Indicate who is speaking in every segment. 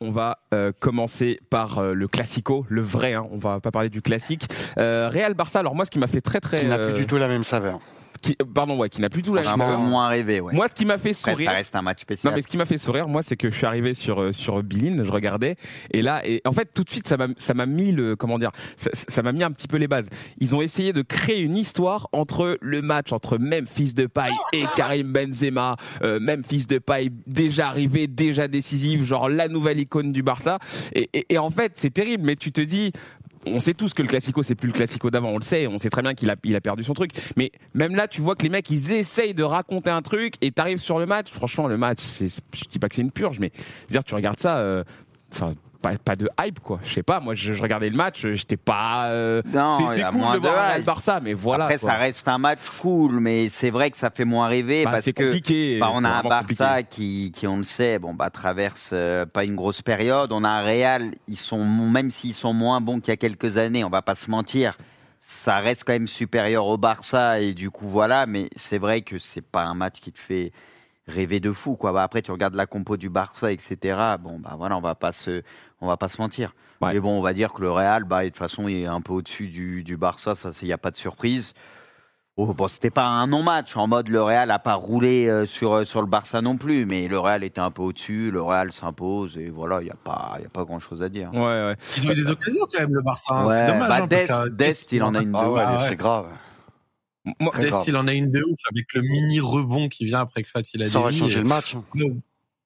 Speaker 1: on va euh, commencer par euh, le classico, le vrai. hein, on va pas parler du classique. Euh, Real Barça. Alors moi, ce qui m'a fait très très.
Speaker 2: qui n'a
Speaker 1: euh,
Speaker 2: plus du tout la même saveur.
Speaker 1: qui- pardon, ouais, qui n'a plus du tout la.
Speaker 2: Franchement,
Speaker 1: Euh,
Speaker 3: Franchement, moins rêvé, ouais.
Speaker 1: Moi, ce qui m'a fait
Speaker 3: Après, ça
Speaker 1: sourire.
Speaker 3: reste un match
Speaker 1: Non
Speaker 3: spécial.
Speaker 1: mais ce qui m'a fait sourire moi c'est que je suis arrivé sur euh, sur Billin, je regardais et là et en fait tout de suite ça m'a ça m'a mis le comment dire ça ça m'a mis un petit peu les bases. Ils ont essayé de créer une histoire entre le match entre Memphis Depay et Karim Benzema, euh, Memphis Depay déjà arrivé, déjà décisif, genre la nouvelle icône du Barça et, et- et en fait c'est terrible mais tu te dis on sait tous que le classico c'est plus le classico d'avant, on le sait, on sait très bien qu'il a, il a perdu son truc. Mais même là, tu vois que les mecs ils essayent de raconter un truc et t'arrives sur le match. Franchement, le match, c'est, je dis pas que c'est une purge, mais je veux dire, tu regardes ça, euh, enfin. pas, pas de hype quoi, je sais pas, moi je, je regardais le match, euh, j'étais pas... euh,
Speaker 3: Non,
Speaker 1: c'est
Speaker 3: il y
Speaker 1: c'est
Speaker 3: a
Speaker 1: cool
Speaker 3: moins
Speaker 1: de
Speaker 3: de
Speaker 1: voir le Real
Speaker 3: hype.
Speaker 1: Barça, mais voilà.
Speaker 3: Après,
Speaker 1: quoi.
Speaker 3: ça reste un match cool, mais c'est vrai que ça fait moins rêver
Speaker 1: Bah,
Speaker 3: parce
Speaker 1: c'est
Speaker 3: que
Speaker 1: compliqué.
Speaker 3: bah, on
Speaker 1: c'est
Speaker 3: a un
Speaker 1: vraiment
Speaker 3: Barça
Speaker 1: compliqué.
Speaker 3: qui, qui, on le sait, bon, bah, traverse euh, pas une grosse période. On a un Real, ils sont, même s'ils sont moins bons qu'il y a quelques années, on va pas se mentir, ça reste quand même supérieur au Barça. Et du coup, voilà, mais c'est vrai que c'est pas un match qui te fait rêver de fou. Quoi. Bah, après, tu regardes la compo du Barça, etc. Bon, bah, voilà, on va pas se, on va pas se mentir.
Speaker 1: Ouais.
Speaker 3: Mais bon, on va dire que le Real, bah, de toute façon, il est un peu au-dessus du, du Barça, ça, il n'y a pas de surprise. Oh, bon, c'était pas un non-match, en mode le Real a pas roulé euh, sur, euh, sur le Barça non plus, mais le Real était un peu au-dessus, le Real s'impose, et voilà, il n'y a pas, y a pas grand-chose à dire.
Speaker 1: Ouais, ouais.
Speaker 4: Ils ont eu des occasions quand même, le Barça. hein.
Speaker 3: Ouais,
Speaker 4: c'est dommage.
Speaker 3: bah,
Speaker 4: hein, parce
Speaker 3: Dest-
Speaker 4: qu'à-
Speaker 3: Dest, il en a une
Speaker 2: Ah
Speaker 3: de
Speaker 2: ouais,
Speaker 4: Ah ouais.
Speaker 2: c'est grave.
Speaker 1: Moi,
Speaker 2: Très grave.
Speaker 4: Dest, il en a une de ouf avec le mini rebond qui vient après que Fatih a
Speaker 2: Ça aurait
Speaker 4: euh,
Speaker 2: changé le match.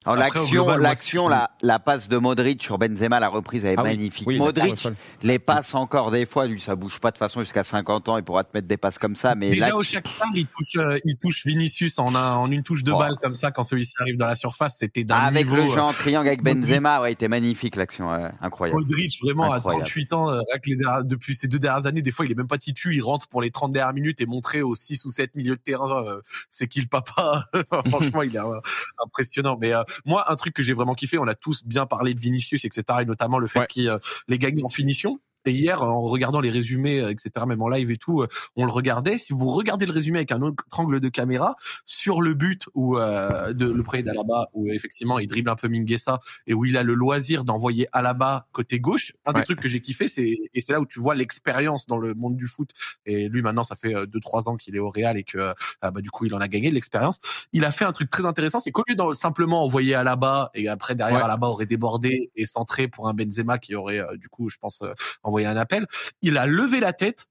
Speaker 3: Alors,
Speaker 4: Après, au
Speaker 3: L'action,
Speaker 4: global, moi,
Speaker 3: l'action,
Speaker 4: c'est-
Speaker 3: la, la passe de Modric sur Benzema, la reprise, elle est
Speaker 1: Ah oui,
Speaker 3: magnifique.
Speaker 1: oui,
Speaker 3: Modric,
Speaker 1: d'accord,
Speaker 3: les passes encore des fois, lui, ça bouge pas de toute façon jusqu'à 50 ans, il pourra te mettre des passes comme ça, mais
Speaker 4: Déjà
Speaker 3: là,
Speaker 4: au Shakhtar, il touche, euh, il touche Vinicius en, un- en une touche de
Speaker 3: Oh.
Speaker 4: balle comme ça quand celui-ci arrive dans la surface, c'était d'un
Speaker 3: Ah, avec
Speaker 4: niveau.
Speaker 3: le
Speaker 4: euh,
Speaker 3: jeu en triangle avec
Speaker 4: Modric.
Speaker 3: Benzema, ouais, il était magnifique l'action, ouais, incroyable.
Speaker 4: Modric, vraiment,
Speaker 3: Incroyable.
Speaker 4: à 38 ans, euh, rien que les derni- depuis ces deux dernières années, des fois, il est même pas titu, il rentre pour les 30 dernières minutes et montrer aux 6 ou 7 milieux de terrain, euh, c'est qui le papa Franchement, il est euh, impressionnant. Mais euh, moi, un truc que j'ai vraiment kiffé, on a tous bien parlé de Vinicius, etc., et notamment le fait
Speaker 1: Ouais.
Speaker 4: qu'il euh, les gagne en finition. Et hier, en regardant les résumés, euh, etc., même en live et tout, euh, on le regardait. Si vous regardez le résumé avec un autre angle de caméra, sur le but où, euh, de le pré d'Alaba, où effectivement il dribble un peu Minguesa, et où il a le loisir d'envoyer Alaba côté gauche. Un
Speaker 1: Ouais.
Speaker 4: des trucs que j'ai kiffé, c'est et c'est là où tu vois l'expérience dans le monde du foot. Et lui maintenant, ça fait euh, deux trois ans qu'il est au Real et que euh, ah bah, du coup il en a gagné de l'expérience. Il a fait un truc très intéressant, c'est qu'au lieu de simplement envoyer Alaba et après derrière
Speaker 1: Ouais.
Speaker 4: Alaba aurait débordé et centré pour un Benzema qui aurait euh, du coup, je pense, euh, envoyé un appel. Il a levé la tête.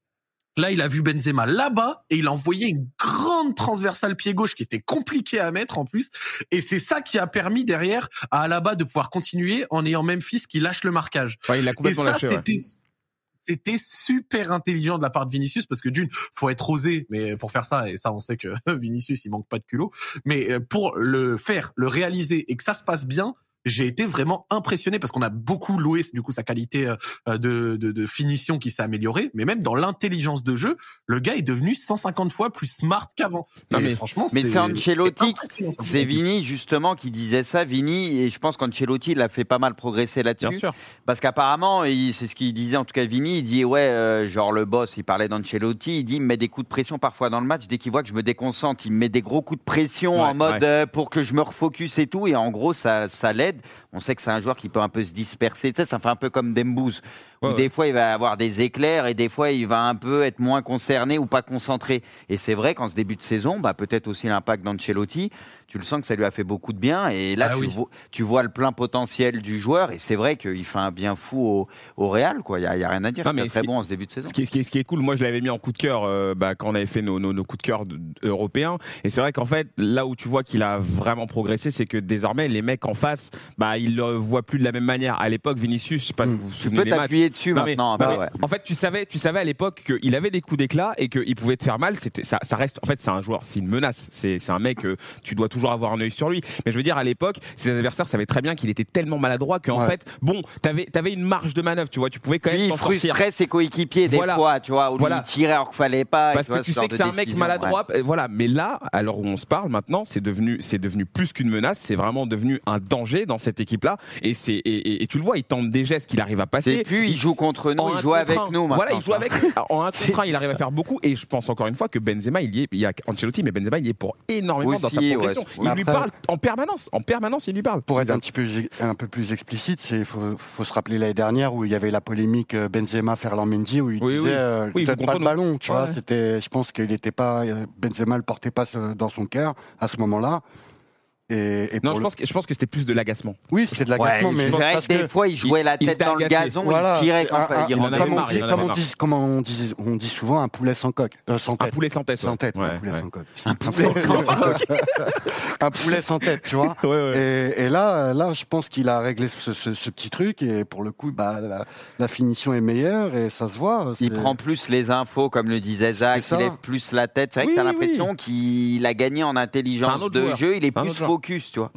Speaker 4: Là, il a vu Benzema là-bas et il a envoyé une grande transversale pied gauche qui était compliquée à mettre en plus. Et c'est ça qui a permis derrière à Alaba de pouvoir continuer en ayant Memphis qui lâche le marquage.
Speaker 1: Ouais, il l'a
Speaker 4: Et
Speaker 1: complètement
Speaker 4: ça,
Speaker 1: lâché. ouais.
Speaker 4: c'était c'était super intelligent de la part de Vinicius parce que d'une, faut être osé, mais pour faire ça, et ça, on sait que Vinicius, il manque pas de culot. Mais euh, pour le faire, le réaliser et que ça se passe bien, j'ai été vraiment impressionné parce qu'on a beaucoup loué du coup sa qualité euh, de, de, de finition qui s'est améliorée, mais même dans l'intelligence de jeu, le gars est devenu 150 fois plus smart qu'avant.
Speaker 1: Non,
Speaker 4: Et
Speaker 1: mais-
Speaker 4: franchement,
Speaker 3: mais c'est Ancelotti,
Speaker 4: c'est impressionnant, ça.
Speaker 3: C'est Vini justement qui disait ça, Vini, et je pense qu'Ancelotti l'a fait pas mal progresser
Speaker 1: Bien
Speaker 3: là-dessus.
Speaker 1: sûr.
Speaker 3: Parce qu'apparemment, il- c'est ce qu'il disait en tout cas Vini, il dit ouais, euh, genre le boss, il parlait d'Ancelotti, il dit il me met des coups de pression parfois dans le match, dès qu'il voit que je me déconcentre, il me met des gros coups de pression
Speaker 1: Ouais,
Speaker 3: en mode
Speaker 1: ouais.
Speaker 3: euh, pour que je me refocus et tout, et en gros ça, ça l'aide. On sait que c'est un joueur qui peut un peu se disperser, tu sais, ça fait un peu comme Dembouz, où
Speaker 1: Ouais, ouais.
Speaker 3: des fois il va avoir des éclairs et des fois il va un peu être moins concerné ou pas concentré. Et c'est vrai qu'en ce début de saison, bah, peut-être aussi l'impact d'Ancelotti, tu le sens que ça lui a fait beaucoup de bien, et là
Speaker 4: Ah
Speaker 3: tu
Speaker 4: oui.
Speaker 3: vois tu vois le plein potentiel du joueur et c'est vrai qu'il fait un bien fou au, au Real quoi. Il y, a- il y a rien à dire.
Speaker 1: Non,
Speaker 3: Il
Speaker 1: mais
Speaker 3: est très
Speaker 1: ce
Speaker 3: bon en ce début de saison.
Speaker 1: Ce qui, ce qui- ce qui est cool, moi je l'avais mis en coup de cœur euh, bah, quand on avait fait nos, nos- nos coups de cœur de- de- européens. Et c'est vrai qu'en fait, là où tu vois qu'il a vraiment progressé, c'est que désormais les mecs en face, bah ils le voient plus de la même manière. À l'époque, Vinicius, je sais pas, si
Speaker 2: Mm.
Speaker 1: vous vous
Speaker 3: Hmm. Tu
Speaker 1: souvenez
Speaker 3: peux
Speaker 1: des matchs.
Speaker 3: t'appuyer dessus
Speaker 1: Non, mais-
Speaker 3: maintenant. un
Speaker 1: non,
Speaker 3: peu,
Speaker 1: mais
Speaker 3: ouais.
Speaker 1: En fait, tu savais, tu savais à l'époque qu'il avait des coups d'éclat et qu'il pouvait te faire mal. C'était, ça, ça reste. En fait, c'est un joueur, c'est une menace. C'est, c'est un mec. euh, tu dois toujours avoir un œil sur lui. Mais je veux dire, à l'époque, ses adversaires savaient très bien qu'il était tellement maladroit qu'en
Speaker 2: Ouais.
Speaker 1: fait, bon, t'avais, t'avais une marge de manœuvre. Tu vois, tu pouvais quand même
Speaker 3: Lui,
Speaker 1: t'en
Speaker 3: il
Speaker 1: sortir.
Speaker 3: frustrait ses coéquipiers des
Speaker 1: Voilà.
Speaker 3: fois, tu vois, où
Speaker 1: Voilà.
Speaker 3: il tirait alors qu'il fallait pas. et
Speaker 1: Parce que
Speaker 3: Ah, vois,
Speaker 1: tu
Speaker 3: ce genre
Speaker 1: sais que
Speaker 3: de
Speaker 1: c'est un mec
Speaker 3: décision,
Speaker 1: maladroit, euh, voilà. Mais là, alors où on se parle maintenant, c'est devenu, c'est devenu plus qu'une menace, c'est vraiment devenu un danger dans cette équipe-là. Et c'est, et, et- et tu le vois, il tente des gestes qu'il arrive à passer.
Speaker 3: C'est plus, il joue contre nous,
Speaker 1: en
Speaker 3: il
Speaker 1: un
Speaker 3: joue
Speaker 1: contre
Speaker 3: avec
Speaker 1: un.
Speaker 3: nous.
Speaker 1: Voilà,
Speaker 3: maintenant,
Speaker 1: il joue
Speaker 3: ça.
Speaker 1: avec. En un
Speaker 3: C'est
Speaker 1: contre un, il arrive à faire beaucoup. Et je pense encore une fois que Benzema, il y est. Il y a Ancelotti, mais Benzema, il y est pour énormément dans sa
Speaker 3: Aussi, ouais.
Speaker 1: progression. Il
Speaker 2: Mais
Speaker 1: lui
Speaker 2: après-
Speaker 1: parle en permanence. En permanence, il lui parle.
Speaker 2: Pour être un petit peu un peu plus explicite, c'est faut, faut se rappeler l'année dernière où il y avait la polémique euh, Benzema Ferland Mendy où il
Speaker 1: Oui,
Speaker 2: disait
Speaker 1: oui.
Speaker 2: euh,
Speaker 1: Oui, il
Speaker 2: donne
Speaker 1: faut
Speaker 2: pas
Speaker 1: contre
Speaker 2: de
Speaker 1: nous.
Speaker 2: ballon, tu vois,
Speaker 1: Ouais.
Speaker 2: c'était je pense qu'il était pas euh, Benzema le portait pas ce- dans son cœur à ce moment-là. Et, et
Speaker 1: Non,
Speaker 2: pour
Speaker 1: je
Speaker 2: le-
Speaker 1: pense que, je pense que c'était plus de l'agacement.
Speaker 2: oui, c'était de
Speaker 3: Ouais,
Speaker 2: l'agacement mais
Speaker 3: je dirais
Speaker 2: parce
Speaker 3: que des
Speaker 2: que-
Speaker 3: fois, il jouait la
Speaker 1: il
Speaker 3: tête
Speaker 1: t'a
Speaker 3: dans le
Speaker 1: agacé.
Speaker 3: gazon,
Speaker 2: voilà,
Speaker 3: il tirait
Speaker 2: c'est
Speaker 3: quand
Speaker 2: un- un-
Speaker 3: il
Speaker 1: en
Speaker 3: rentrait.
Speaker 1: avait
Speaker 2: comme on
Speaker 1: marre, il
Speaker 2: dit,
Speaker 1: en
Speaker 2: comme
Speaker 1: avait
Speaker 2: on
Speaker 1: marre.
Speaker 2: dit- comme on dit- on dit souvent un poulet sans coque, euh, sans
Speaker 1: Un
Speaker 2: tête.
Speaker 1: poulet sans tête.
Speaker 2: Sans
Speaker 1: ouais.
Speaker 2: tête,
Speaker 1: Ouais,
Speaker 2: un poulet
Speaker 1: ouais.
Speaker 2: sans coque.
Speaker 3: Un poulet sans
Speaker 2: Un poulet sans tête, tu vois.
Speaker 1: Ouais, ouais.
Speaker 2: Et, et là, euh, là, je pense qu'il a réglé ce, ce- ce petit truc et pour le coup, bah, la, la finition est meilleure et ça se voit.
Speaker 3: Il
Speaker 2: c'est-
Speaker 3: prend plus les infos, comme le disait Zach,
Speaker 2: C'est
Speaker 3: il
Speaker 2: ça.
Speaker 3: lève plus la tête. C'est vrai
Speaker 1: Oui,
Speaker 3: que t'as
Speaker 1: oui.
Speaker 3: l'impression qu'il a gagné en
Speaker 1: C'est un
Speaker 3: intelligence
Speaker 1: autre
Speaker 3: de
Speaker 1: joueur.
Speaker 3: jeu, il est
Speaker 1: C'est un
Speaker 3: plus
Speaker 1: autre joueur.
Speaker 3: focus, tu vois.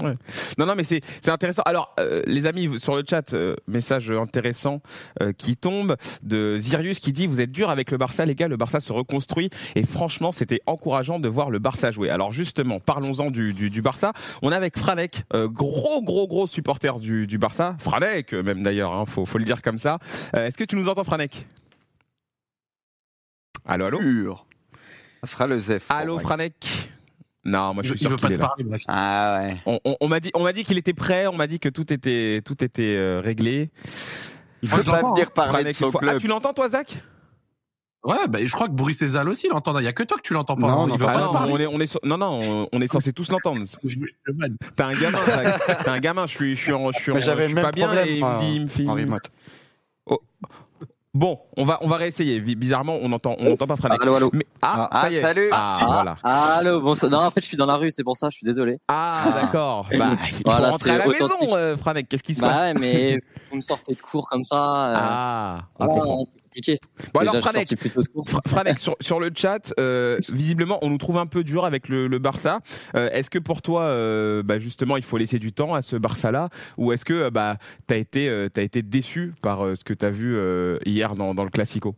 Speaker 1: Non, non, mais c'est c'est intéressant. Alors, euh, les amis, vous- sur le chat, euh, message intéressant euh, qui tombe de Zirius qui dit Vous êtes dur avec le Barça, les gars, le Barça se reconstruit. Et franchement, c'était encourageant de voir le Barça jouer. Alors, justement, parlons-en du, du, du Barça. On est avec Franek, euh, gros, gros, gros supporter du, du Barça. Franek, euh, même d'ailleurs, hein, faut, faut le dire comme ça. Euh, Est-ce que tu nous entends, Franek Allô, allô
Speaker 3: Pur. Ça sera le Zef.
Speaker 1: Allô, Franek Non, moi je
Speaker 4: Oh,
Speaker 1: suis
Speaker 4: Il, il
Speaker 1: sûr
Speaker 4: veut
Speaker 1: qu'il
Speaker 4: pas
Speaker 1: est
Speaker 4: te
Speaker 1: là.
Speaker 4: parler, Black.
Speaker 3: Ah ouais.
Speaker 1: On, on- on m'a dit, on m'a dit qu'il était prêt. On m'a dit que tout était, tout était euh, réglé.
Speaker 3: Il
Speaker 4: Ah,
Speaker 3: faut
Speaker 4: je
Speaker 3: pas
Speaker 4: l'entends,
Speaker 3: venir parler de
Speaker 1: Franek,
Speaker 3: son
Speaker 1: faut- Ah,
Speaker 3: club.
Speaker 1: tu l'entends toi, Zach
Speaker 4: Ouais, bah, je crois que Boris Cézanne aussi l'entend. Il y a que toi que tu l'entends pas. hein.
Speaker 2: Non,
Speaker 4: il
Speaker 2: non,
Speaker 4: veut
Speaker 2: ah
Speaker 4: pas
Speaker 1: non,
Speaker 4: te parler.
Speaker 1: on est, on est, so- non, non, on, on est censé tous l'entendre.
Speaker 4: Je vais- je vais-
Speaker 1: T'es un gamin, Zach. T'es un gamin. Je suis, je suis, en, je suis, en-
Speaker 2: Mais
Speaker 1: je
Speaker 2: j'avais
Speaker 1: suis
Speaker 2: le même
Speaker 1: pas bien
Speaker 2: problème,
Speaker 1: et il
Speaker 2: moi,
Speaker 1: me dit, il me fait-
Speaker 2: en remote.
Speaker 1: Bon, on va, on va réessayer. Vi- Bizarrement, on entend, on entend pas Franek.
Speaker 5: Allô, allô.
Speaker 1: Mais, ah,
Speaker 3: Ah,
Speaker 1: ça y est.
Speaker 3: salut.
Speaker 1: Ah, voilà.
Speaker 5: Allô, bonsoir. Non, en fait, je suis dans la rue, c'est pour ça, je suis désolé.
Speaker 1: Ah, d'accord. Bah, il faut
Speaker 5: Voilà,
Speaker 1: rentrer à
Speaker 5: c'est
Speaker 1: la maison,
Speaker 5: authentique.
Speaker 1: euh, Franek. Qu'est-ce qui se passe
Speaker 5: Bah ouais, mais vous me sortez de cours comme ça. euh,
Speaker 1: Ah, on
Speaker 5: voilà,
Speaker 1: comprend.
Speaker 5: c'est compliqué.
Speaker 1: Bon,
Speaker 5: Déjà,
Speaker 1: alors,
Speaker 5: je suis
Speaker 1: Franek,
Speaker 5: sorti plus tôt de cours.
Speaker 1: Fra- Franek, sur, sur le chat, euh, visiblement, on nous trouve un peu dur avec le, le Barça. Euh, est-ce que pour toi, euh, bah, justement, il faut laisser du temps à ce Barça-là Ou est-ce que euh, bah, tu as, été euh, t'as été déçu par euh, ce que tu as vu euh, hier dans, dans le Classico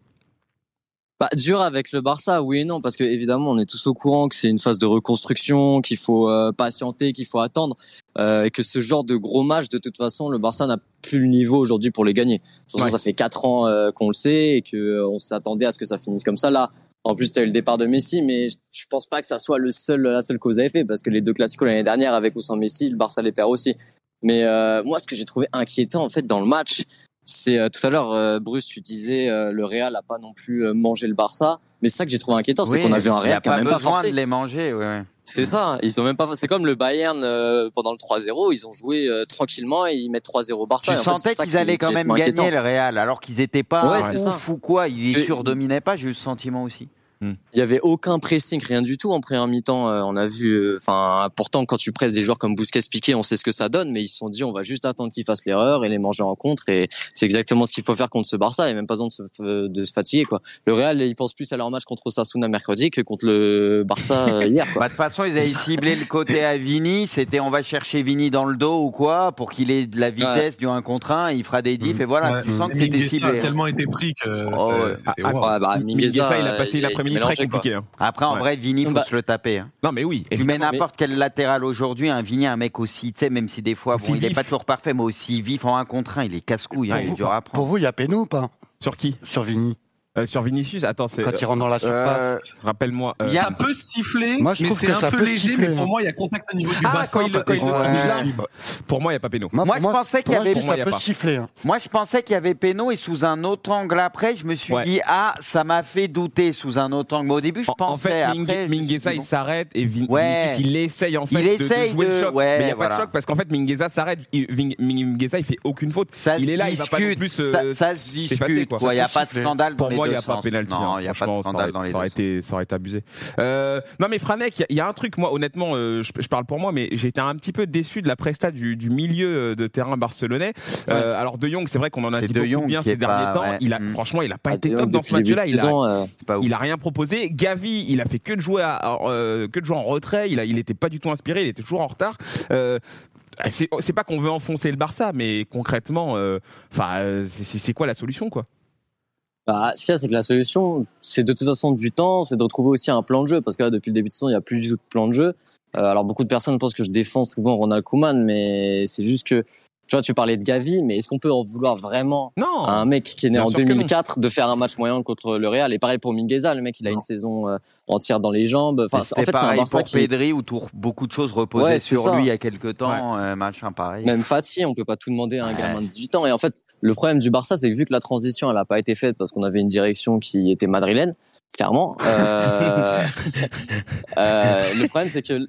Speaker 5: Bah, dur avec le Barça, oui et non, parce que évidemment, on est tous au courant que c'est une phase de reconstruction, qu'il faut euh, patienter, qu'il faut attendre, euh, et que ce genre de gros match, de toute façon, le Barça n'a plus le niveau aujourd'hui pour les gagner. De toute façon,
Speaker 1: Ouais.
Speaker 5: ça fait quatre ans euh, qu'on le sait et que euh, on s'attendait à ce que ça finisse comme ça là. En plus, t'as eu le départ de Messi, mais je pense pas que ça soit le seul, la seule cause à effet, parce que les deux classicos l'année dernière, avec ou sans Messi, le Barça les perd aussi. Mais euh, moi, ce que j'ai trouvé inquiétant en fait dans le match, c'est euh, tout à l'heure, euh, Bruce, tu disais euh, le Real a pas non plus euh, mangé le Barça, mais c'est ça que j'ai trouvé inquiétant, c'est
Speaker 3: Oui,
Speaker 5: qu'on a vu un
Speaker 3: il a
Speaker 5: Real qui a même pas
Speaker 3: besoin
Speaker 5: forcé.
Speaker 3: de les manger, ouais, ouais.
Speaker 5: C'est ça, hein. ils ont même pas. C'est comme le Bayern euh, pendant le 3-0, ils ont joué euh, tranquillement et ils mettent 3-0 au Barça.
Speaker 3: Tu
Speaker 5: et en fait,
Speaker 3: sentais
Speaker 5: c'est ça
Speaker 3: qu'ils
Speaker 5: qui-
Speaker 3: allaient
Speaker 5: qui
Speaker 3: quand
Speaker 5: est
Speaker 3: même
Speaker 5: moins
Speaker 3: gagner
Speaker 5: inquiétant.
Speaker 3: le Real, alors qu'ils étaient pas
Speaker 5: Ouais, c'est ça.
Speaker 3: ouf ou quoi, ils
Speaker 5: Tu-
Speaker 3: surdominaient pas, j'ai eu ce sentiment aussi.
Speaker 5: Il y avait aucun pressing, rien du tout en première mi-temps. euh, on a vu, enfin, pourtant quand tu presses des joueurs comme Busquets, Piqué, on sait ce que ça donne, mais ils se sont dit on va juste attendre qu'ils fassent l'erreur et les manger en contre. Et c'est exactement ce qu'il faut faire contre ce Barça. Il n'y a même pas besoin de se, euh, de se fatiguer quoi. Le Real, ils pensent plus à leur match contre Sasuna mercredi que contre le Barça euh, hier. Quoi.
Speaker 3: Bah, de toute façon, ils avaient ciblé le côté à Vini. C'était on va chercher Vini dans le dos ou quoi pour qu'il ait de la vitesse du 1 contre 1. Il fera des diffs
Speaker 2: Mhm.
Speaker 3: et voilà. Tu
Speaker 2: Ouais.
Speaker 3: sens que
Speaker 4: Mais
Speaker 3: c'était
Speaker 4: Mingueza a
Speaker 3: ciblé.
Speaker 4: tellement été pris que
Speaker 3: hein. Oh,
Speaker 4: c'est-
Speaker 3: ouais.
Speaker 4: c'était
Speaker 1: Ah,
Speaker 4: wow.
Speaker 5: Ouais, bah,
Speaker 1: Mingueza, il a passé
Speaker 5: euh,
Speaker 1: l'après-midi
Speaker 5: mélangé,
Speaker 1: très
Speaker 5: quoi.
Speaker 1: compliqué. hein.
Speaker 3: Après, en
Speaker 1: Ouais.
Speaker 3: vrai, Vini, faut
Speaker 5: Bah,
Speaker 3: se le taper. hein.
Speaker 1: Non, mais oui.
Speaker 3: Tu mets
Speaker 1: évidemment.
Speaker 3: n'importe quel latéral aujourd'hui, un Vini, un mec aussi, tu sais, même si des fois,
Speaker 1: Aussi
Speaker 3: bon, il n'est
Speaker 1: vif.
Speaker 3: pas toujours parfait, mais aussi vif en 1 contre 1, il est casse-couille, hein,
Speaker 2: Pour
Speaker 3: il est
Speaker 2: vous-
Speaker 3: dur à
Speaker 2: Pour
Speaker 3: prendre.
Speaker 2: vous, il y a péno ou pas
Speaker 1: Sur qui
Speaker 2: sur Vini
Speaker 1: Euh, Sur Vinicius Attends, c'est-
Speaker 2: quand il rentre dans la surface
Speaker 3: Euh,
Speaker 1: rappelle-moi. euh,
Speaker 3: il y a-
Speaker 4: Ça peut siffler,
Speaker 2: Moi, je
Speaker 4: mais
Speaker 2: trouve
Speaker 4: c'est
Speaker 2: que
Speaker 4: un
Speaker 2: ça
Speaker 4: peu
Speaker 2: peut
Speaker 4: léger.
Speaker 2: siffler,
Speaker 4: Mais pour
Speaker 2: hein.
Speaker 4: moi, il y a contact au niveau du
Speaker 1: Ah,
Speaker 4: bassin.
Speaker 1: quand il le-
Speaker 4: pas-
Speaker 1: quand il
Speaker 4: et
Speaker 1: le-
Speaker 4: c'est-
Speaker 1: Ouais.
Speaker 4: libre.
Speaker 1: Pour moi, il n'y a pas péno.
Speaker 2: Moi,
Speaker 3: Moi,
Speaker 2: pour
Speaker 3: je
Speaker 2: moi,
Speaker 3: pensais
Speaker 2: pour
Speaker 3: qu'il y
Speaker 2: moi, je
Speaker 3: avait.
Speaker 2: trouve
Speaker 1: Pour moi, il y
Speaker 2: ça
Speaker 1: a
Speaker 2: peut
Speaker 1: pas.
Speaker 2: se siffler. hein.
Speaker 3: Moi, je pensais qu'il y avait Péno et sous un autre angle après, je me suis
Speaker 1: Ouais.
Speaker 3: dit, ah, ça m'a fait douter sous un autre angle. Mais au début, je
Speaker 1: En- En
Speaker 3: pensais.
Speaker 1: fait,
Speaker 3: après,
Speaker 1: Mingue-
Speaker 3: je me suis
Speaker 1: Mingueza,
Speaker 3: dit, bon.
Speaker 1: il s'arrête et Vin-
Speaker 3: Ouais.
Speaker 1: Vinicius, il essaye en fait
Speaker 3: Il
Speaker 1: de- de,
Speaker 3: essaye
Speaker 1: jouer le
Speaker 3: de-
Speaker 1: choc.
Speaker 3: ouais,
Speaker 1: mais il n'y a
Speaker 3: voilà.
Speaker 1: pas de choc parce qu'en fait, Mingueza s'arrête. Il- Vin- Mingueza, il fait aucune faute.
Speaker 3: Ça
Speaker 1: il
Speaker 3: se
Speaker 1: est là, il va pas non
Speaker 3: discute,
Speaker 1: plus. euh,
Speaker 3: ça, ça se
Speaker 1: s'effacer,
Speaker 3: discute.
Speaker 1: quoi.
Speaker 3: Il n'y a
Speaker 2: Ça
Speaker 3: pas
Speaker 2: peut
Speaker 3: de
Speaker 2: siffler.
Speaker 3: scandale dans
Speaker 1: Pour
Speaker 3: les
Speaker 1: moi, il
Speaker 3: deux
Speaker 1: n'y a pas
Speaker 3: sens.
Speaker 1: pénalty. hein.
Speaker 3: Non, il n'y a pas
Speaker 1: Franchement,
Speaker 3: de
Speaker 1: ça
Speaker 3: scandale
Speaker 1: aurait,
Speaker 3: dans les
Speaker 1: ça aurait
Speaker 3: deux sens.
Speaker 1: été, ça aurait été abusé. Euh, non, mais Franek, il y, a- il y a un truc, moi, honnêtement, euh, je, je parle pour moi, mais j'étais un petit peu déçu de la presta du, du milieu euh, de terrain barcelonais. Euh, alors, De Jong, c'est vrai qu'on en a
Speaker 3: C'est
Speaker 1: dit
Speaker 3: De
Speaker 1: beaucoup
Speaker 3: Jong
Speaker 1: bien
Speaker 3: qui
Speaker 1: ces
Speaker 3: est pas-
Speaker 1: derniers temps.
Speaker 3: ouais.
Speaker 1: Il a,
Speaker 3: Mm.
Speaker 1: Franchement, il n'a pas
Speaker 5: Ah,
Speaker 1: été
Speaker 5: d'ailleurs,
Speaker 1: top dans
Speaker 5: depuis
Speaker 1: ce
Speaker 5: le début
Speaker 1: match-là.
Speaker 5: de
Speaker 1: Il a-
Speaker 5: saison, euh,
Speaker 3: C'est pas ouf.
Speaker 1: il a rien proposé. Gavi, il a fait que de jouer, à- euh, que de jouer en retrait. Il a, il était pas du tout inspiré. Il était toujours en retard. Euh, c'est c'est pas qu'on veut enfoncer le Barça, mais concrètement, euh, enfin, euh, c'est- c'est c'est quoi la solution, quoi
Speaker 5: Bah, ce qu'il y a, c'est que la solution, c'est de toute façon du temps, c'est de retrouver aussi un plan de jeu, parce que là, depuis le début de saison, il n'y a plus du tout de plan de jeu. Euh, alors, beaucoup de personnes pensent que je défends souvent Ronald Koeman, mais c'est juste que Tu vois, tu parlais de Gavi, mais est-ce qu'on peut en vouloir vraiment
Speaker 1: Non.
Speaker 5: à un mec qui est né
Speaker 1: Bien
Speaker 5: en
Speaker 1: sûr que non.
Speaker 5: 2004 de faire un match moyen contre le Real Et pareil pour Mingueza, le mec, il a une saison euh, entière dans les jambes. Enfin, c'est-
Speaker 3: C'était
Speaker 5: en fait, c'est un
Speaker 3: pareil
Speaker 5: Barça
Speaker 3: pour
Speaker 5: qui
Speaker 3: Pedri où tout- beaucoup de choses reposaient
Speaker 5: Ouais, c'est
Speaker 3: sur
Speaker 5: ça.
Speaker 3: lui il y a quelques temps, euh, machin pareil.
Speaker 5: Même Fati, on peut pas tout demander à un
Speaker 3: Ouais.
Speaker 5: gamin de 18 ans. Et en fait, le problème du Barça, c'est que vu que la transition, elle a pas été faite parce qu'on avait une direction qui était madrilène, clairement. euh, euh, le problème, c'est que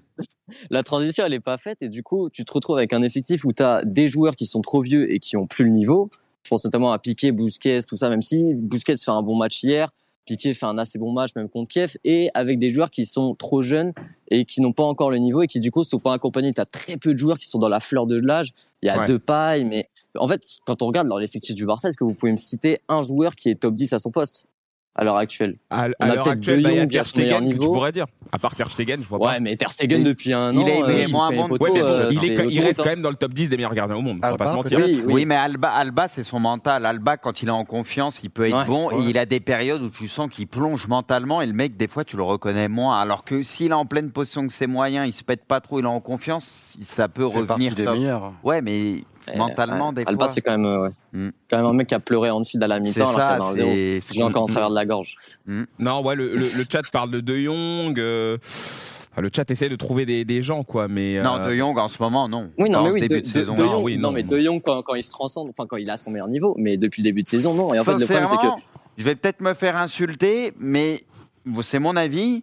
Speaker 5: la transition, elle est pas faite. Et du coup, tu te retrouves avec un effectif où tu as des joueurs qui sont trop vieux et qui ont plus le niveau. Je pense notamment à Piqué, Busquets, tout ça. Même si Busquets fait un bon match hier, Piqué fait un assez bon match même contre Kiev, et avec des joueurs qui sont trop jeunes et qui n'ont pas encore le niveau et qui du coup sont pas accompagnés. Tu as très peu de joueurs qui sont dans la fleur de l'âge. Il y a
Speaker 1: Ouais.
Speaker 5: deux pailles, mais en fait, quand on regarde dans l'effectif du Barça, est-ce que vous pouvez me citer un joueur qui est top 10 à son poste à l'heure actuelle
Speaker 1: À, à
Speaker 5: On a
Speaker 1: l'heure
Speaker 5: peut-être
Speaker 1: actuelle,
Speaker 5: De
Speaker 1: bah, il y a
Speaker 5: Jong
Speaker 1: Ter
Speaker 5: à son meilleur
Speaker 1: Stegen que tu
Speaker 5: niveau.
Speaker 1: pourrais dire. À part Ter Stegen, je vois
Speaker 5: Ouais,
Speaker 1: pas.
Speaker 5: mais Ter Stegen
Speaker 3: Il-
Speaker 5: depuis un
Speaker 3: il
Speaker 5: an,
Speaker 3: est- il est
Speaker 5: euh,
Speaker 3: moins
Speaker 5: fait
Speaker 3: bon.
Speaker 5: poteau,
Speaker 1: Ouais, mais
Speaker 5: euh,
Speaker 1: il, est-
Speaker 5: c'est
Speaker 1: il
Speaker 5: l'autoroute,
Speaker 1: reste
Speaker 5: hein.
Speaker 1: quand même dans le top 10 des meilleurs gardiens au monde. on va
Speaker 2: Alba,
Speaker 1: pas se mentir.
Speaker 2: peut-être.
Speaker 5: Oui,
Speaker 3: Ah, Oui, mais Alba, Alba c'est son mental. Alba, quand il est en confiance, il peut être
Speaker 5: Ouais.
Speaker 3: bon.
Speaker 2: Ouais.
Speaker 3: Et il a des périodes où tu sens qu'il plonge mentalement. Et le mec, des fois, tu le reconnais moins. Alors que s'il est en pleine possession de ses moyens, il se pète pas trop, il est en confiance, ça peut
Speaker 2: Il fait partie
Speaker 3: revenir
Speaker 2: des
Speaker 3: top.
Speaker 2: meilleurs.
Speaker 3: Ouais, mais
Speaker 5: Euh,
Speaker 3: mentalement, des
Speaker 5: Alba,
Speaker 3: fois.
Speaker 5: c'est quand même, euh, ouais.
Speaker 3: Mm.
Speaker 5: quand même un mec qui a pleuré en fil à la
Speaker 3: C'est
Speaker 5: mi-temps.
Speaker 3: ça,
Speaker 5: alors qu'il y avait un zéro.
Speaker 3: c'est.
Speaker 5: Je l'ai encore en travers de la gorge.
Speaker 1: Non, ouais, le, le- le chat parle de De Jong. euh, enfin, le chat essaie de trouver des, des gens, quoi. Mais,
Speaker 3: Non,
Speaker 1: euh,
Speaker 3: De Jong, en ce moment, non.
Speaker 5: Oui, non,
Speaker 3: Dans
Speaker 5: mais
Speaker 3: ce
Speaker 5: oui, de,
Speaker 3: début
Speaker 5: de,
Speaker 3: de
Speaker 5: de
Speaker 3: saison,
Speaker 5: Jong,
Speaker 1: oui,
Speaker 5: non,
Speaker 1: non,
Speaker 5: mais
Speaker 1: non.
Speaker 5: De Jong, quand, quand il se transcende, enfin, quand il a son meilleur niveau, mais depuis le début de saison, non. Et en fait, le problème, c'est que.
Speaker 3: Sincèrement, Je vais peut-être me faire insulter, mais bon, c'est mon avis.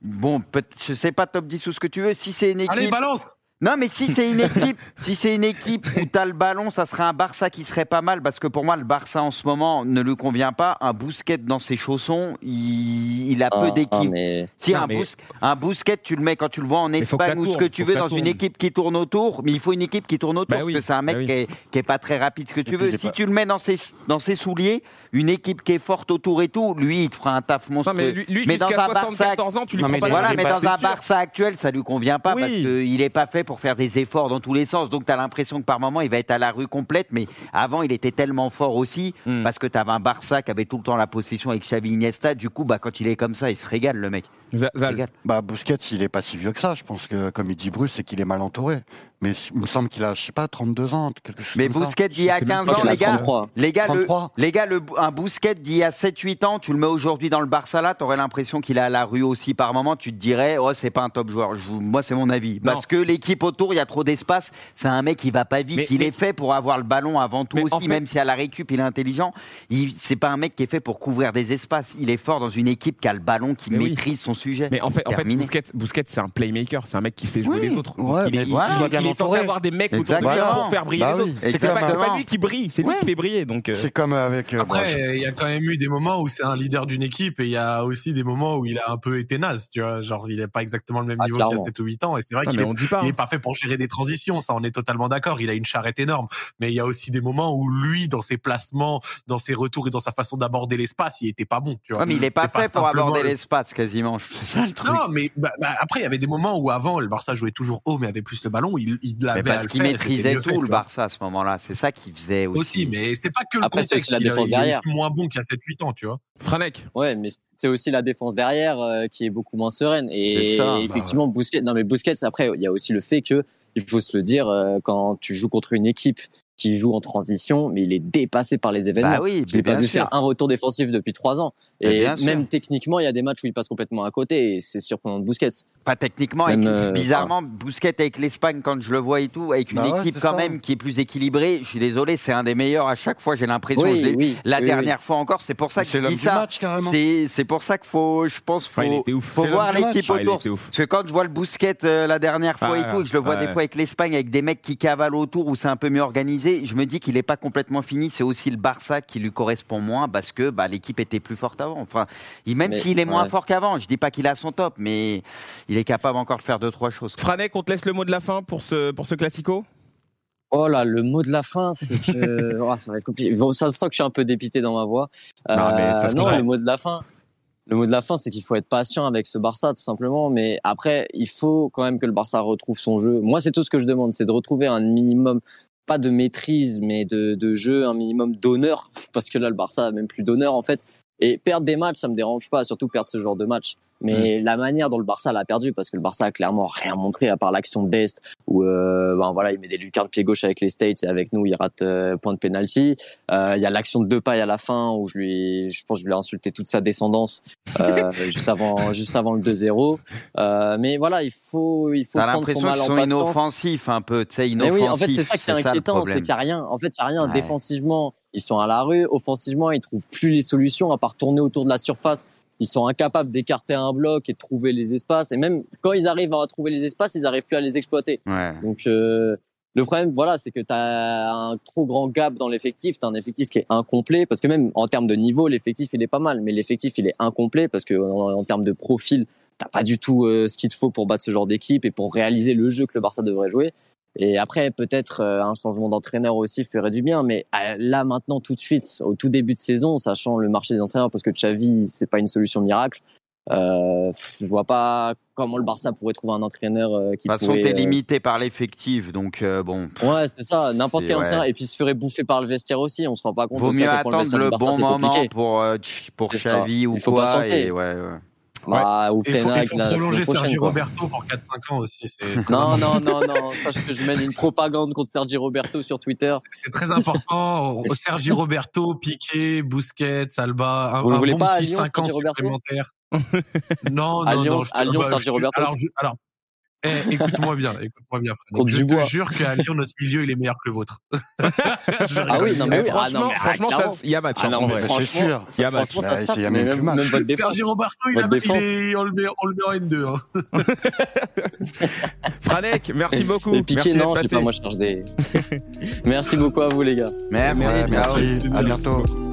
Speaker 3: Bon, peut- je sais pas top 10 ou ce que tu veux. Si c'est une équipe.
Speaker 4: Allez, balance
Speaker 3: non, mais si c'est une équipe, si c'est une équipe où t'as le ballon, ça serait un Barça qui serait pas mal parce que pour moi, le Barça en ce moment ne lui convient pas. Un Bousquet dans ses chaussons, il, il a
Speaker 5: Ah,
Speaker 3: peu d'équipe.
Speaker 5: mais-
Speaker 3: Si
Speaker 1: Non,
Speaker 3: un,
Speaker 1: mais-
Speaker 3: Bousque- un Bousquet, tu le mets quand tu le vois en
Speaker 1: faut que ça
Speaker 3: Espagne ou ce que
Speaker 1: tourne,
Speaker 3: tu
Speaker 1: faut
Speaker 3: veux
Speaker 1: que ça
Speaker 3: dans une
Speaker 1: tourne.
Speaker 3: équipe qui tourne autour, mais il faut une équipe qui tourne autour
Speaker 1: Bah
Speaker 3: parce
Speaker 1: oui,
Speaker 3: que c'est un mec
Speaker 1: bah oui.
Speaker 3: qui, est, qui est pas très rapide ce que tu
Speaker 2: puis il
Speaker 3: veux.
Speaker 2: est
Speaker 3: Si
Speaker 2: pas-
Speaker 3: tu le mets dans ses dans ses souliers, une équipe qui est forte autour et tout, lui il te fera un taf monstrueux.
Speaker 1: Non, mais lui, lui,
Speaker 3: Mais dans
Speaker 1: jusqu'à
Speaker 3: un Barça-
Speaker 1: 74 ans, tu lui
Speaker 2: Non,
Speaker 1: prends
Speaker 2: mais
Speaker 1: pas
Speaker 2: il-
Speaker 3: voilà,
Speaker 2: il
Speaker 3: mais
Speaker 2: est
Speaker 3: dans
Speaker 1: c'est
Speaker 3: un
Speaker 1: sûr.
Speaker 3: Barça bah, actuel, ça lui convient pas
Speaker 1: Oui.
Speaker 3: parce qu'il n'est pas fait pour faire des efforts dans tous les sens. Donc, tu as l'impression que par moment, il va être à la rue complète. Mais avant, il était tellement fort aussi
Speaker 1: Hmm.
Speaker 3: parce que tu avais un Barça qui avait tout le temps la possession avec Xavi Iniesta. Du coup, bah, quand il est comme ça, il se régale, le mec.
Speaker 1: Za- Zal.
Speaker 3: Regarde.
Speaker 2: Bah, Busquets, il est pas si vieux que ça. Je pense que, comme il dit Bruce, c'est qu'il est mal entouré. Mais il me semble qu'il a, je sais pas, 32 ans, quelque chose
Speaker 3: Mais
Speaker 2: comme ça.
Speaker 3: Bousquet, il y a
Speaker 1: C'est même
Speaker 3: 15
Speaker 5: Quand
Speaker 3: ans,
Speaker 5: il a
Speaker 3: les gars,
Speaker 5: 33.
Speaker 3: les gars, le,
Speaker 2: 33.
Speaker 3: les gars le- un Bousquet d'il y a 7-8 ans, tu le mets aujourd'hui dans le Barça là, t'aurais l'impression qu'il est à la rue aussi par moment. Tu te dirais, oh, c'est pas un top joueur. Je vous- moi, c'est mon avis.
Speaker 1: Non.
Speaker 3: Parce que l'équipe autour, il y a trop d'espace. C'est un mec qui va pas vite.
Speaker 1: Mais-
Speaker 3: il
Speaker 1: mais-
Speaker 3: est fait pour avoir le ballon avant tout
Speaker 1: Mais
Speaker 3: aussi,
Speaker 1: en fait-
Speaker 3: même si à la récup, il est intelligent. Il- C'est pas un mec qui est fait pour couvrir des espaces. Il est fort dans une équipe qui a le ballon, qui
Speaker 1: Mais oui.
Speaker 3: maîtrise son sujet.
Speaker 1: Mais en fait, en fait
Speaker 3: Terminé.
Speaker 1: Busquets, Busquets, c'est un playmaker, c'est un mec qui fait jouer
Speaker 3: Oui.
Speaker 1: les autres.
Speaker 2: Ouais,
Speaker 1: il est,
Speaker 2: mais
Speaker 1: il,
Speaker 2: voilà,
Speaker 1: il-
Speaker 2: il doit bien
Speaker 1: il est censé
Speaker 2: l'entourer.
Speaker 1: avoir des mecs autour de lui
Speaker 3: Exactement.
Speaker 1: pour faire briller
Speaker 2: Bah
Speaker 1: les
Speaker 2: oui.
Speaker 1: autres. C'est que c'est pas, c'est
Speaker 2: Exactement.
Speaker 1: pas lui qui brille, c'est lui
Speaker 3: Ouais.
Speaker 1: qui fait briller. Donc, euh,
Speaker 2: C'est comme avec. euh, bah,
Speaker 4: Après, il y a quand même eu des moments où c'est un leader d'une équipe et il y a aussi des moments où il a un peu été naze, tu vois. Genre, il n'est pas exactement le même
Speaker 5: Ah,
Speaker 4: niveau qu'il y a
Speaker 5: clairement.
Speaker 4: 7 ou 8 ans et c'est vrai
Speaker 1: non,
Speaker 4: qu'il
Speaker 1: mais
Speaker 4: est
Speaker 1: on dit pas.
Speaker 4: Il
Speaker 1: hein.
Speaker 4: est pas fait pour gérer des transitions, ça on est totalement d'accord. Il a une charrette énorme, mais il y a aussi des moments où lui, dans ses placements, dans ses retours et dans sa façon d'aborder l'espace, il était pas bon. Tu vois.
Speaker 3: Ouais, mais il est pas
Speaker 4: C'est
Speaker 3: fait pour
Speaker 4: simplement
Speaker 3: aborder
Speaker 4: le-
Speaker 3: l'espace quasiment. C'est ça le truc.
Speaker 4: Non, mais bah, bah, après il y avait des moments où avant le Barça jouait toujours haut, mais avait plus le ballon. Il, il
Speaker 3: Mais
Speaker 4: l'avait à
Speaker 3: parce
Speaker 4: le
Speaker 3: qu'il
Speaker 4: faire. et c'était
Speaker 3: maîtrisait
Speaker 4: mieux
Speaker 3: tout
Speaker 4: fait, tu
Speaker 3: le
Speaker 4: vois.
Speaker 3: Barça à ce moment-là. C'est ça qu'il faisait
Speaker 4: Aussi, mais c'est pas que le
Speaker 5: Après, c'est
Speaker 4: contexte.
Speaker 5: aussi la
Speaker 4: il, a-
Speaker 5: défense
Speaker 4: il est aussi
Speaker 5: derrière.
Speaker 4: moins bon qu'à 7-8 ans, tu vois.
Speaker 1: hein. Franek.
Speaker 5: Ouais, mais c'est aussi la défense derrière euh, qui est beaucoup moins sereine. Et
Speaker 3: C'est ça, bah
Speaker 5: effectivement, Busquets. Non, mais Busquets. Après, il y a aussi le fait que il faut se le dire euh, quand tu joues contre une équipe qui joue en transition, mais il est dépassé par les événements.
Speaker 3: Bah oui,
Speaker 5: Je l'ai pas
Speaker 3: bien
Speaker 5: vu
Speaker 3: sûr.
Speaker 5: faire un retour défensif depuis trois ans.
Speaker 3: Mais
Speaker 5: Et
Speaker 3: bien sûr.
Speaker 5: même techniquement, il y a des matchs où il passe complètement à côté. Et c'est surprenant de Busquets.
Speaker 3: Pas techniquement,
Speaker 5: Même,
Speaker 3: avec-
Speaker 5: euh,
Speaker 3: bizarrement, Bousquet avec l'Espagne, quand je le vois et tout, avec une
Speaker 2: Bah ouais,
Speaker 3: équipe
Speaker 2: c'est
Speaker 3: quand
Speaker 2: ça.
Speaker 3: même qui est plus équilibrée, je suis désolé, c'est un des meilleurs à chaque fois, j'ai l'impression. je l'ai-
Speaker 5: Oui, oui.
Speaker 3: La
Speaker 5: oui,
Speaker 3: dernière fois encore, c'est pour ça que je
Speaker 2: C'est l'homme
Speaker 3: dis
Speaker 2: du
Speaker 3: ça.
Speaker 2: match, carrément.
Speaker 3: C'est c'est pour ça qu'il faut, je pense, faut,
Speaker 1: Enfin, il était ouf.
Speaker 3: faut
Speaker 2: C'est l'homme
Speaker 3: voir
Speaker 2: du match.
Speaker 3: l'équipe
Speaker 1: Ah, il
Speaker 3: autour.
Speaker 1: était ouf.
Speaker 3: Parce que quand je vois le Bousquet euh, la dernière fois
Speaker 1: Ah,
Speaker 3: et tout, et que je le vois
Speaker 1: ouais.
Speaker 3: des fois avec l'Espagne, avec des mecs qui cavalent autour où c'est un peu mieux organisé, je me dis qu'il n'est pas complètement fini. C'est aussi le Barça qui lui correspond moins parce que bah, l'équipe était plus forte avant. Enfin, il- même
Speaker 5: Mais,
Speaker 3: s'il est moins
Speaker 5: ouais.
Speaker 3: fort qu'avant, je dis pas qu'il a son top, mais il est capable encore de faire deux trois choses.
Speaker 1: Franek, on te laisse le mot de la fin pour ce, pour ce classico
Speaker 5: Oh là, le mot de la fin, c'est que Oh, ça va être compliqué. Bon, ça se sent que je suis un peu dépité dans ma voix. Euh,
Speaker 1: Non, mais ça se
Speaker 5: non,
Speaker 1: comprend.
Speaker 5: le mot de la fin. Le mot de la fin, c'est qu'il faut être patient avec ce Barça, tout simplement. Mais après, il faut quand même que le Barça retrouve son jeu. Moi, c'est tout ce que je demande, c'est de retrouver un minimum, pas de maîtrise, mais de, de jeu, un minimum d'honneur, parce que là, le Barça a même plus d'honneur en fait. Et perdre des matchs, ça me dérange pas, surtout perdre ce genre de match. Mais la manière dont le Barça l'a perdu, parce que le Barça a clairement rien montré à part l'action d'Est, où euh, ben voilà, il met des lucarnes pied gauche avec les States et avec nous, il rate euh, point de penalty. Euh, Il y a l'action de Depay à la fin où je lui, je pense, que je lui ai insulté toute sa descendance euh, juste avant, juste avant le 2-0. Euh, mais voilà, il faut, il faut
Speaker 3: T'as
Speaker 5: prendre son
Speaker 3: l'impression
Speaker 5: mal
Speaker 3: qu'ils
Speaker 5: en
Speaker 3: sont
Speaker 5: patience.
Speaker 3: inoffensifs un peu, tu sais,
Speaker 5: Mais
Speaker 3: inoffensifs.
Speaker 5: oui, en fait, c'est ça qui est
Speaker 3: le
Speaker 5: inquiétant, c'est
Speaker 3: problème.
Speaker 5: qu'il n'y a rien. En fait, il n'y a rien.
Speaker 3: Ouais.
Speaker 5: Défensivement, ils sont à la rue. Offensivement, ils trouvent plus les solutions à part tourner autour de la surface. Ils sont incapables d'écarter un bloc et de trouver les espaces. Et même quand ils arrivent à trouver les espaces, ils n'arrivent plus à les exploiter.
Speaker 3: Ouais.
Speaker 5: Donc, euh, le problème, voilà, c'est que tu as un trop grand gap dans l'effectif. Tu as un effectif qui est incomplet parce que même en termes de niveau, l'effectif, il est pas mal. Mais l'effectif, il est incomplet parce que en, en termes de profil, t'as pas du tout euh, ce qu'il te faut pour battre ce genre d'équipe et pour réaliser le jeu que le Barça devrait jouer. Et après, peut-être euh, un changement d'entraîneur aussi ferait du bien, mais euh, là maintenant, tout de suite, au tout début de saison, sachant le marché des entraîneurs, parce que Xavi, c'est pas une solution miracle. Euh, pff, je vois pas comment le Barça pourrait trouver un entraîneur euh, qui
Speaker 3: De toute façon,
Speaker 5: pourrait,
Speaker 3: t'es
Speaker 5: euh,
Speaker 3: limité par l'effectif, donc euh, bon. pff,
Speaker 5: Ouais, c'est ça, n'importe
Speaker 3: C'est-
Speaker 5: quel
Speaker 3: ouais.
Speaker 5: entraîneur. Et puis il se ferait bouffer par le vestiaire aussi, on se rend pas compte.
Speaker 3: Vaut
Speaker 5: aussi à
Speaker 3: mieux
Speaker 5: quel point
Speaker 3: attendre
Speaker 5: vestiaire
Speaker 3: le
Speaker 5: du Barça,
Speaker 3: bon
Speaker 5: c'est
Speaker 3: moment
Speaker 5: compliqué.
Speaker 3: pour, euh, tch- pour
Speaker 5: C'est ça.
Speaker 3: Xavi ou
Speaker 5: Il faut
Speaker 3: quoi.
Speaker 5: patienter.
Speaker 3: et ouais, ouais.
Speaker 5: Bah, ou
Speaker 4: Et faut,
Speaker 5: Pena,
Speaker 4: il faut
Speaker 5: la- la
Speaker 4: prolonger
Speaker 5: semaine prochaine,
Speaker 4: Sergi
Speaker 5: quoi.
Speaker 4: Roberto pour 4-5 ans aussi. C'est très
Speaker 5: Non,
Speaker 4: important.
Speaker 5: non, non, non. Sache que je mène une propagande contre Sergi Roberto sur Twitter.
Speaker 4: C'est très important.
Speaker 5: Mais-
Speaker 4: Sergi Roberto, Piqué, Busquets, Alba, un,
Speaker 5: Vous
Speaker 4: un
Speaker 5: voulez
Speaker 4: bon
Speaker 5: pas à
Speaker 4: petit
Speaker 5: Lyon,
Speaker 4: 5 ans
Speaker 5: Sergi Roberto
Speaker 4: supplémentaire. non, non,
Speaker 5: À
Speaker 4: non.
Speaker 5: Lyon-
Speaker 4: je te- bah,
Speaker 5: à Lyon,
Speaker 4: je
Speaker 5: Sergi
Speaker 4: te-
Speaker 5: Roberto.
Speaker 4: Alors, je- alors eh, écoute-moi bien, écoute-moi bien, Fred.
Speaker 5: Contre
Speaker 4: je
Speaker 5: Dubois.
Speaker 4: te jure qu'à Lyon, notre milieu, il est meilleur que le vôtre. Je
Speaker 5: Ah oui,
Speaker 4: rigole.
Speaker 5: non, mais
Speaker 1: Eh,
Speaker 5: oui. Ah, non,
Speaker 1: franchement,
Speaker 5: mais- ah,
Speaker 1: franchement, ça-
Speaker 5: clairement.
Speaker 1: il y a match.
Speaker 5: Ah,
Speaker 1: hein,
Speaker 5: non,
Speaker 1: en
Speaker 5: mais
Speaker 1: vrai.
Speaker 2: c'est
Speaker 5: franchement,
Speaker 2: sûr.
Speaker 5: ça-
Speaker 1: Y a match.
Speaker 5: franchement,
Speaker 2: Bah,
Speaker 5: ça se
Speaker 3: Ah,
Speaker 5: tape.
Speaker 2: il y a
Speaker 5: mais
Speaker 2: même
Speaker 5: même,
Speaker 2: plus match.
Speaker 5: même votre défense.
Speaker 4: Sergi Roberto, il,
Speaker 5: Votre
Speaker 4: a, il
Speaker 5: défense.
Speaker 4: est- on, le met, on le met en N2. hein.
Speaker 1: Franek, merci beaucoup.
Speaker 5: Et piqué,
Speaker 1: merci d'être
Speaker 5: non, je sais
Speaker 1: passé.
Speaker 5: pas, moi je cherche des. Merci beaucoup à vous, les gars.
Speaker 3: Merci,
Speaker 2: Ouais,
Speaker 3: ciao.
Speaker 2: merci. À bientôt.